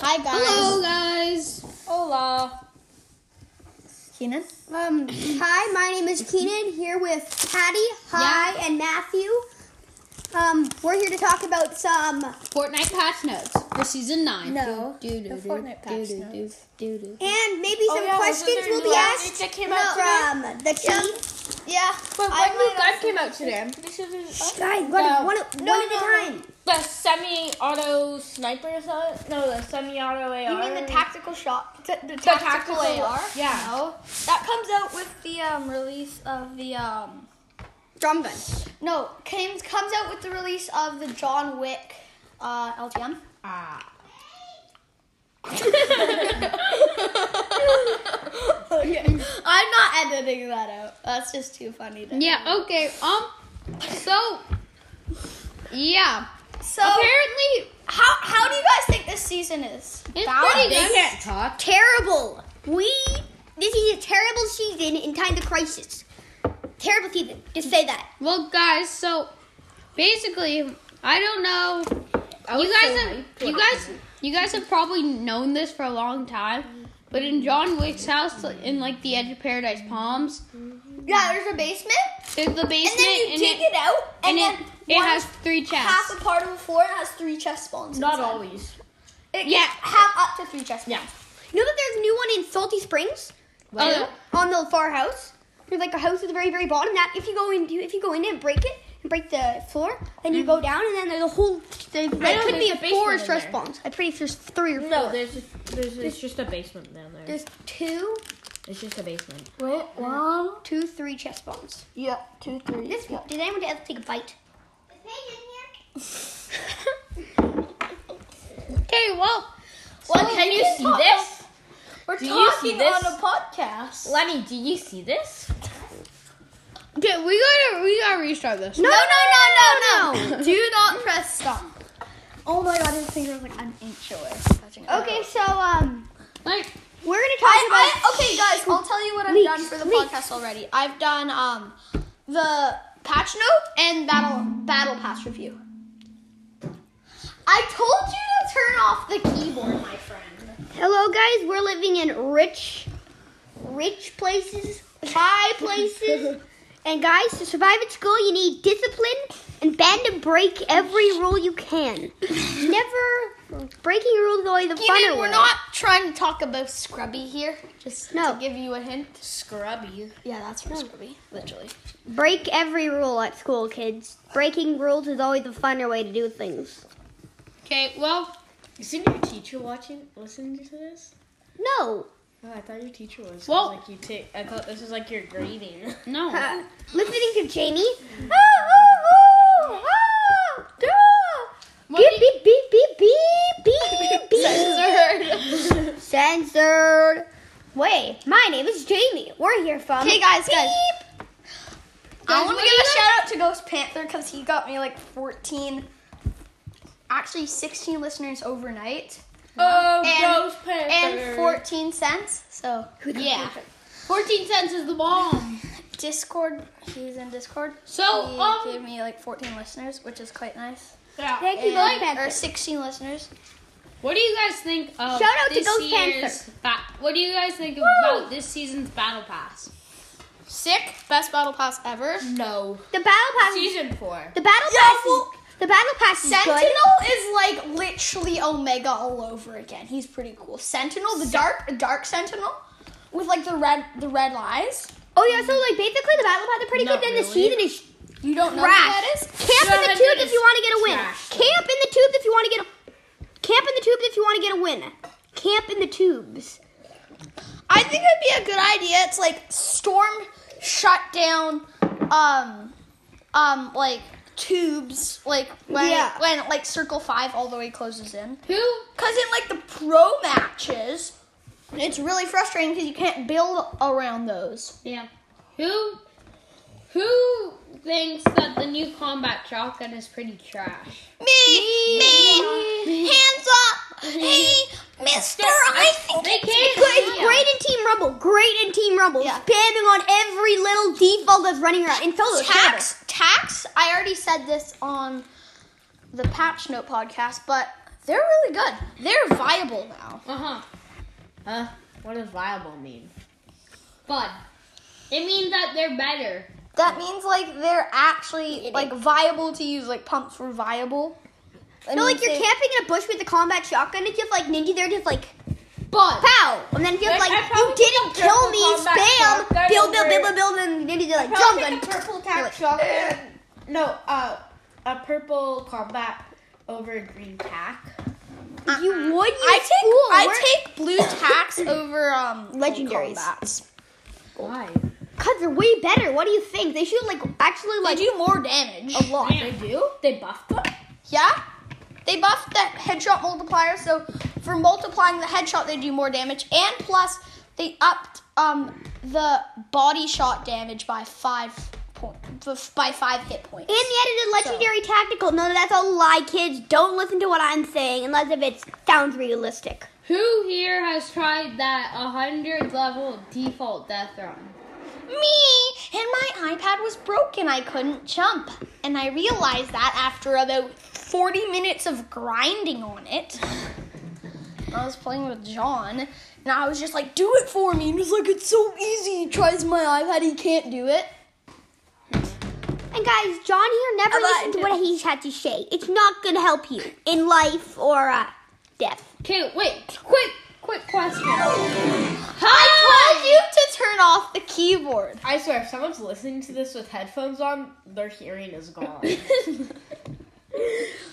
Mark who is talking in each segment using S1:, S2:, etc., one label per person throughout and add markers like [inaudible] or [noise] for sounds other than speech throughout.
S1: Hi guys.
S2: Hello, guys.
S1: Hola. Keenan.
S3: Um, hi, my name is Keenan here with Patty, Hi, and Matthew. Um, we're here to talk about some
S2: Fortnite patch notes for season nine.
S3: No,
S2: Do, do,
S1: the
S2: do,
S1: Fortnite patch
S2: do, do,
S1: notes.
S2: do, do, do.
S3: and maybe
S4: Oh,
S3: some
S5: yeah, wasn't
S3: questions
S5: there
S3: will
S5: new
S3: be
S5: updates
S3: asked
S5: that came
S3: no,
S5: out
S3: from the chief.
S5: Yeah. But
S3: I
S5: when new
S3: might
S5: gun came out today? I'm pretty sure there's oh,
S3: Guys, one, one,
S5: No. No,
S3: one at
S5: no,
S3: a
S5: no.
S3: time.
S5: the semi-auto sniper. or something? No, the semi-auto AR.
S4: You mean the tactical shot? T- the
S5: The tactical
S4: tactical,
S5: AR? Yeah.
S4: No, that comes out with the um, release of the um.
S3: Drum gun.
S4: No, came comes out with the release of the John Wick, uh, LTM.
S5: Ah.
S4: I'm not editing that out. That's just too funny. To
S2: Yeah. Okay. Um. So. Yeah.
S4: So
S2: uh, Apparently,
S4: how how do you guys think this season is?
S2: it's pretty
S5: They
S2: good.
S5: can't talk.
S3: Terrible. We. This is a terrible season in time of crisis. Terrible season. Just say that.
S2: Well, guys. So basically, I don't know. you guys have you guys you guys have probably known this for a long time, but in John Wick's house, like, in like the edge of Paradise Palms,
S4: Yeah, there's a basement,
S2: there's the basement,
S4: and then you
S2: and
S4: dig
S2: it,
S4: it, out,
S2: and
S4: and, then
S2: it, it
S4: one
S2: has three
S4: half
S2: chests.
S4: a part of the floor has three chest spawns.
S5: Not
S4: inside.
S5: always.
S4: It
S2: Yeah.
S4: have up to three chest spawns.
S5: Yeah.
S3: You know that there's a new one in Salty Springs? Uh,
S2: Oh,
S3: on the far house. There's like a house at the very, very bottom that if you go in, if you go in and break it and break the floor, then you go down and then there's a whole. There's, there
S5: Mm-hmm. know
S3: could be
S5: there's a
S3: a four
S5: basement in
S3: stress
S5: there.
S3: bombs. I'm pretty sure there's three or four.
S5: No, there's there's it's just a basement down there.
S3: There's two,
S5: It's just a basement.
S3: two, three chest bombs.
S4: Yeah, two, three.
S3: This one. Did anyone else take a bite? [laughs]
S2: Okay. Well,
S4: Well,
S5: Can you see
S4: talk-
S5: this?
S4: We're
S5: Do you see
S4: talking
S5: this?
S4: on a podcast.
S5: Lenny, do you see this?
S2: okay. We gotta we gotta restart this.
S3: No, no, no, no, no.
S4: Do not press stop. Oh my god, his finger was like an inch away. Touching it.
S3: okay, so um,
S2: Like
S3: we're gonna talk
S4: I,
S3: about.
S4: I, okay, guys, I'll tell you what I've
S3: Leaks,
S4: done for the
S3: leaks.
S4: podcast already. I've done um the patch note and battle battle pass review. I told you to turn off the keyboard, my friend.
S3: Hello, guys. We're living in rich, rich places,
S4: [laughs]
S3: high places. And guys, to survive at school, you need discipline and bend and break every rule you can. Never breaking rules is always the funner
S4: Keenan, we're
S3: way.
S4: not trying to talk about Scrubby here. Just
S3: No.
S4: to give you a hint.
S5: Scrubby.
S4: Yeah, that's from Scrubby, literally.
S3: Break every rule at school, kids. Breaking rules is always the funner way to do things.
S2: okay. Well,
S5: Isn't your teacher watching listening to this?
S4: [laughs]
S3: No,
S5: Oh, I thought your teacher was.
S2: Well-
S5: like you take. I thought this was like your grading.
S4: [laughs]
S2: no.
S3: listening to Jamie. Beep
S2: What do you-
S3: beep beep beep beep beep
S4: [laughs]
S3: beep. Censored. Wait, my name is Jamie. We're here from.
S4: Okay, guys, guys. I
S2: Guys,
S4: want
S2: what
S4: to
S2: do
S4: give
S2: you
S4: a
S2: guys-
S4: shout out to Ghost Panther because he got me like 14, actually 16 listeners overnight
S5: Oh,
S4: And-
S5: Ghost Panther.
S4: and 14 cents. So
S2: [laughs] Yeah. 14 cents is the bomb.
S4: Discord, he's in Discord.
S2: So,
S4: he gave
S2: um,
S4: me like 14 listeners, which is quite nice.
S2: yeah.
S3: Thank you, Ghost
S4: And-
S3: Panther.
S4: or 16 listeners.
S2: what do you guys think of
S3: Shout out to
S2: this
S3: Ghost
S2: year's ba- What do you guys think about this season's battle pass?
S4: Sick, best battle pass ever.
S5: No.
S3: The battle pass.
S5: Season four.
S3: The battle
S4: Yeah,
S3: pass. is-
S4: well-
S3: the battle pass is
S4: Sentinel
S3: good.
S4: is like literally Omega all over again. He's pretty cool. Sentinel, the dark, dark Sentinel, with like the red, the red eyes.
S3: Oh yeah, so like basically the battle pass is pretty
S5: Not
S3: good. Then the
S5: really.
S3: season is
S4: You don't know who
S3: trash.
S4: that is?
S3: Camp in the
S5: Seven
S3: tubes if
S5: is
S3: you want to get a win.
S5: trash.
S3: Camp in the tubes if you want to get a. Camp in the tubes if you want to get a win. Camp in the tubes.
S4: I think it'd be a good idea. It's like storm shut down um um like tubes like when
S3: Yeah.
S4: when like circle five all the way closes in.
S2: Who?
S4: Cause in like the pro matches, it's really frustrating because you can't build around those.
S2: Yeah. Who? Who thinks that the new combat shotgun is pretty trash?
S4: Me, me, hands up, hey, Mister, I think
S2: They can't.
S3: Good, it's
S2: [laughs] yeah.
S3: great in Team Rumble. Great in Team Rumble. Spamming on every little default that's running around. In solo, it's terrible.
S4: tax tax i already said this on the patch note podcast but They're really good. They're viable now.
S2: Uh huh.
S5: Huh? What does viable mean?
S2: But it means that they're better.
S4: That means like they're actually like viable to use. Like pumps were viable. I
S3: No,
S4: mean,
S3: like you're
S4: they-
S3: camping in a bush with a combat shotgun. If you have like ninja, there just like
S2: But
S3: pow, and then if you have
S5: I-
S3: like
S5: I
S3: you
S5: probably
S3: didn't
S5: picked up
S3: kill
S5: triple
S3: me,
S5: combat
S3: spam,
S5: shotgun
S3: build, build, build,
S5: over-
S3: build, build, and then ninja they're like jump
S5: Probably
S3: gun.
S5: a purple attack shotgun. No, uh, a purple combat over a green tack.
S3: You would use
S4: I take
S3: school.
S4: I take blue tacks over um
S3: Legendaries.
S4: combats.
S2: why?
S3: Cause they're way better. What do you think? They shoot like actually
S4: They
S3: like
S4: do more damage.
S3: a lot.
S5: They do? They buff them?
S4: Yeah? They buffed that headshot multiplier, so for multiplying the headshot, they do more damage. And plus, they upped um, the body shot damage by five point, f- by five hit points.
S3: And the edited legendary tactical. No, that's a lie, kids. Don't listen to what I'm saying unless if it sounds realistic.
S2: Who here has tried that 100 level default death run?
S4: Me and my iPad was broken. I couldn't jump, and I realized that after about forty minutes of grinding on it. I was playing with John, and I was just like, "Do it for me!" And he's like, "It's so easy." He tries my iPad, he can't do it.
S3: And guys, John here never
S4: Alright.
S3: listened to what he's had to say. It's not gonna help you in life or uh, death.
S2: Okay, wait, quick, quick question. [laughs]
S4: I told you to turn off the keyboard.
S5: I swear, if someone's listening to this with headphones on, their hearing is gone.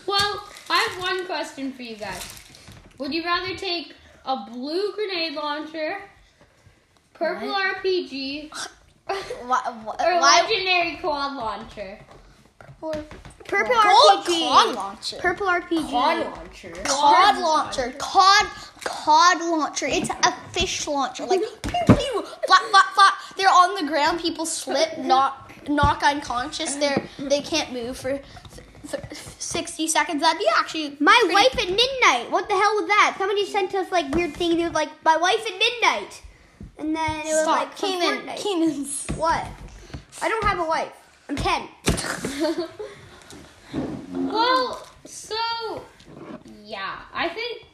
S2: Well, I have one question for you guys. Would you rather take a blue grenade launcher, purple RPG,
S4: Why?
S2: or
S4: why- why
S2: legendary quad launcher?
S3: Purple
S4: gold
S3: RPG.
S4: cod launcher?
S3: Purple RPG.
S5: Quad launcher.
S4: Cod launcher. Cod. Cod launcher. It's a fish launcher. Like pew pew. Flap flap flap. They're on the ground. People slip. Knock knock unconscious. They're they can't move for. for 60 seconds that'd be actually
S3: My wife at midnight. What the hell was that? Somebody sent us like weird thing. And it was like my wife at midnight, and then it was
S4: stop
S3: like from
S4: Keenan
S3: Fortnite.
S4: Keenan's
S3: What? I don't have a wife. I'm ten.
S2: Well, so yeah, I think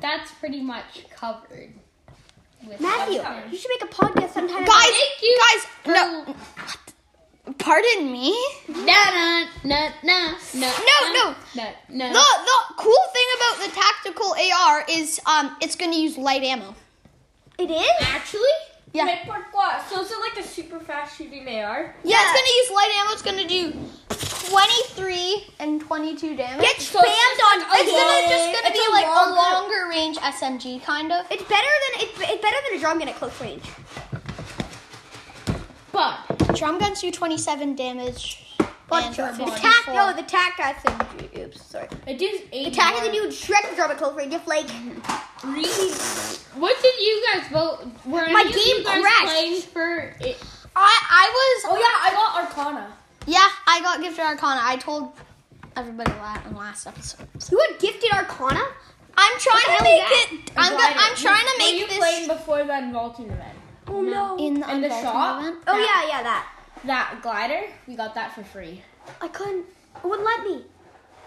S2: that's pretty much covered. With
S3: Matthew, you should make a podcast sometime.
S4: guys
S2: Thank you.
S4: guys no pardon me
S2: Na na na na na
S4: No, no.
S2: na na.
S4: The the cool thing about the tactical AR is um it's gonna use light ammo.
S3: it is.
S2: Actually,
S4: Yeah.
S5: Like, like what? So is it like a super fast shooting AR?
S4: Yeah, it's gonna use light ammo. It's gonna do twenty three and twenty two damage.
S3: Get
S4: It's
S3: spammed on.
S4: gonna just gonna
S5: it's
S4: be
S5: a
S4: like a
S5: longer-
S4: longer range SMG kind of.
S3: It's better than it's, it's better than a drum gun at close range.
S2: but
S4: Drum guns do twenty seven damage.
S3: But
S4: and
S3: drum. The
S4: 54.
S3: tac no, the tac I said. Oops, sorry.
S5: It does 80
S3: The tac is a new Shrek drum at close range. Just like
S5: really
S2: what did you guys vote? Were
S3: My
S2: any of
S3: game
S2: you guys
S3: crashed.
S2: playing for it?
S4: I I
S5: Oh
S4: was
S5: yeah, I got Arcana.
S4: yeah I got gifted Arcana. I told everybody that in last episode.
S3: you had gifted Arcana.
S4: I'm trying to
S3: the hell
S4: make
S3: is
S4: it. I'm go, I'm trying to
S5: Were
S4: make
S5: you
S4: this
S5: playing before the vaulting event?
S3: Oh no.
S4: in the,
S5: in the
S4: unvaulting
S5: shop?
S4: event.
S3: Oh yeah, yeah, that.
S5: That glider, we got that for free.
S3: I couldn't. It wouldn't let me.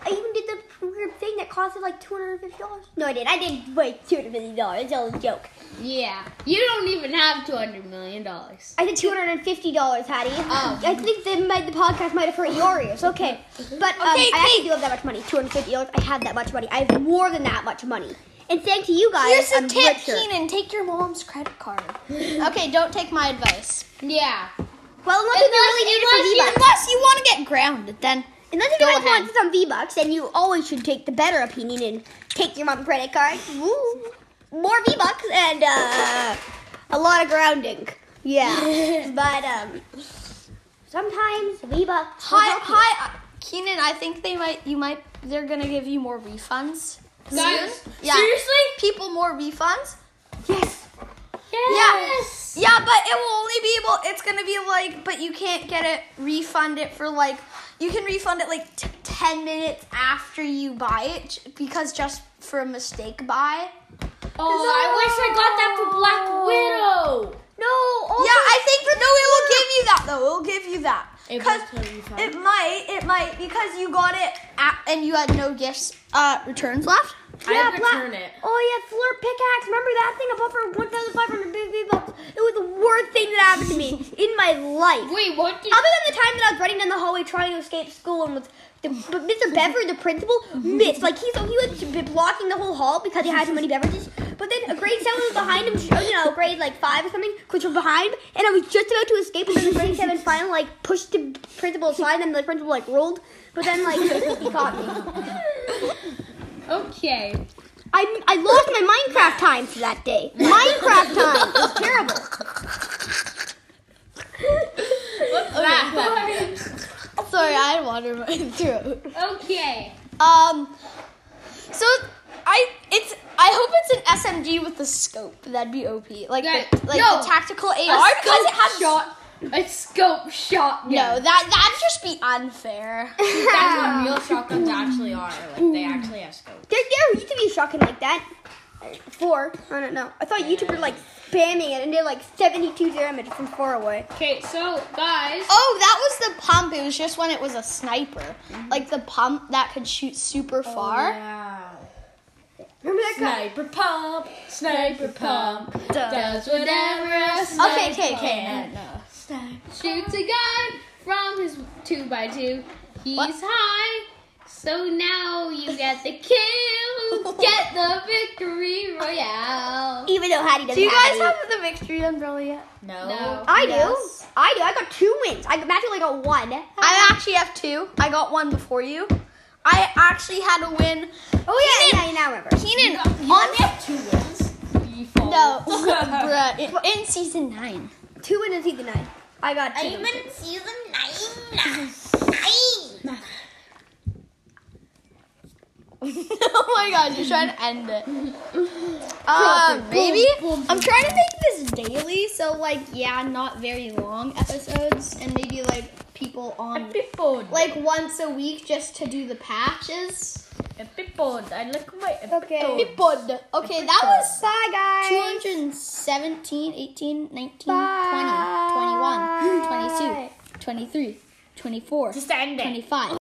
S3: I even did the weird thing that costed like two hundred and fifty dollars. No, I did. I did like two hundred million dollars. That was a joke.
S2: Yeah, you don't even have two hundred million dollars.
S3: I did two hundred and fifty dollars, Hattie.
S2: Oh.
S3: I think they made the podcast might have hurt your ears. Okay, but um,
S4: Mm-hmm. Okay,
S3: I actually do have that much money. Two hundred fifty dollars. I have that much money. I have more than that much money. And thanks to you guys,
S4: Here's a
S3: I'm
S4: tip,
S3: richer.
S4: Keenan. Take your mom's credit card. [laughs] okay, don't take my advice.
S2: Yeah.
S3: Well, unless, you really need it for V bucks.
S4: unless you want to get grounded, then
S3: Unless you
S4: Go
S3: guys
S4: ahead.
S3: want some V bucks, then you always should take the better opinion and take your mom's credit card. Woo. More V bucks and uh, a lot of grounding.
S4: [laughs]
S3: Yeah, but um, sometimes V bucks. will
S4: hi,
S3: help you.
S4: hi, uh, Keenan. I think they might. You might. They're gonna give you more refunds.
S2: Guys,
S4: Yeah. Seriously? People more refunds.
S3: Yes.
S4: Yes. Yeah, but it will only be able. It's gonna be like, but you can't get it. Refund it for like. You can refund it like t- ten minutes after you buy it j- because just for a mistake buy.
S5: Oh, I wish I got that for Black [laughs] Widow.
S3: No. Also,
S4: Yeah, I think for no, it will give you that though. It will give you that
S5: It
S4: because
S5: will totally fine.
S4: it might, it might because you got it at, and you had no gifts uh, returns left.
S5: I
S3: Yeah,
S5: had to
S3: black-
S5: turn it.
S3: Oh yeah, Fleur pickaxe. Remember that thing above her 1,550 bucks? It was the worst thing that happened to
S5: [laughs]
S3: me in my life.
S2: Wait, what? Did,
S3: Other than the time that I was running down the hallway trying to escape school and was the, but Mr. Bever, the principal, missed. Like he so he was b- blocking the whole hall because he had so many beverages. But then a grade seven was behind him, or, you know, grade like five or something, which was behind, and I was just about to escape. And then the grade seven finally like pushed the principal aside, and then the principal like rolled. But then like [laughs] he caught me.
S2: okay.
S3: I, I lost my Minecraft time for that day. Minecraft time. It was terrible.
S5: Oh,
S4: Sorry, I had water in my [laughs] throat.
S2: Okay.
S4: Um, so I it's I hope it's an SMG with the scope. That'd be OP. Like
S2: Yeah,
S4: the, like
S2: no,
S4: the tactical AR
S2: a
S4: because
S2: scope
S4: it has
S2: shot. A scope shot.
S4: No, that that'd just be unfair.
S5: That's what real shotguns actually are. Like they actually have scopes.
S3: There, there used to be a shotgun like that. Four. I don't know. I saw a YouTuber like spamming it and did like 72 damage from far away.
S2: Okay, so guys.
S4: oh, that was the pump. It was just when it was a sniper, like the pump that could shoot super
S5: Oh,
S4: far.
S5: Wow.
S3: Remember that guy?
S5: Sniper pump, sniper pump,
S4: Duh.
S5: does whatever a sniper
S4: Okay, okay, okay.
S5: can.
S2: shoots a gun from his two by two. He's high, so now you get the kill, get the victory royale.
S3: Even though Hattie doesn't
S4: Do you
S3: have
S4: guys
S3: any.
S4: have the victory umbrella yet?
S5: No.
S2: No.
S3: I do. I do. I got two wins. I magically got one.
S4: I actually have two. I got one before you. I actually had a win.
S3: Oh yeah, yeah, you now remember.
S4: Keenan, on
S5: Two wins. You
S4: no, [laughs] bruh, in, in season nine.
S3: Two wins in season nine. I got two.
S4: [laughs] season nine. [laughs] oh my god, you're trying to end [laughs] it. Um, maybe I'm trying to make this daily, so like, yeah, not very long episodes, and maybe like people on
S5: Epiphone.
S4: like once a week just to do the patches.
S5: Epiphone. I look at my epiphone.
S3: Okay.
S4: Episode. Okay, that was
S3: Bye guys.
S4: 217, 18, 19, 20, 21, 22, 23, 24,
S5: Just end it.
S4: 25.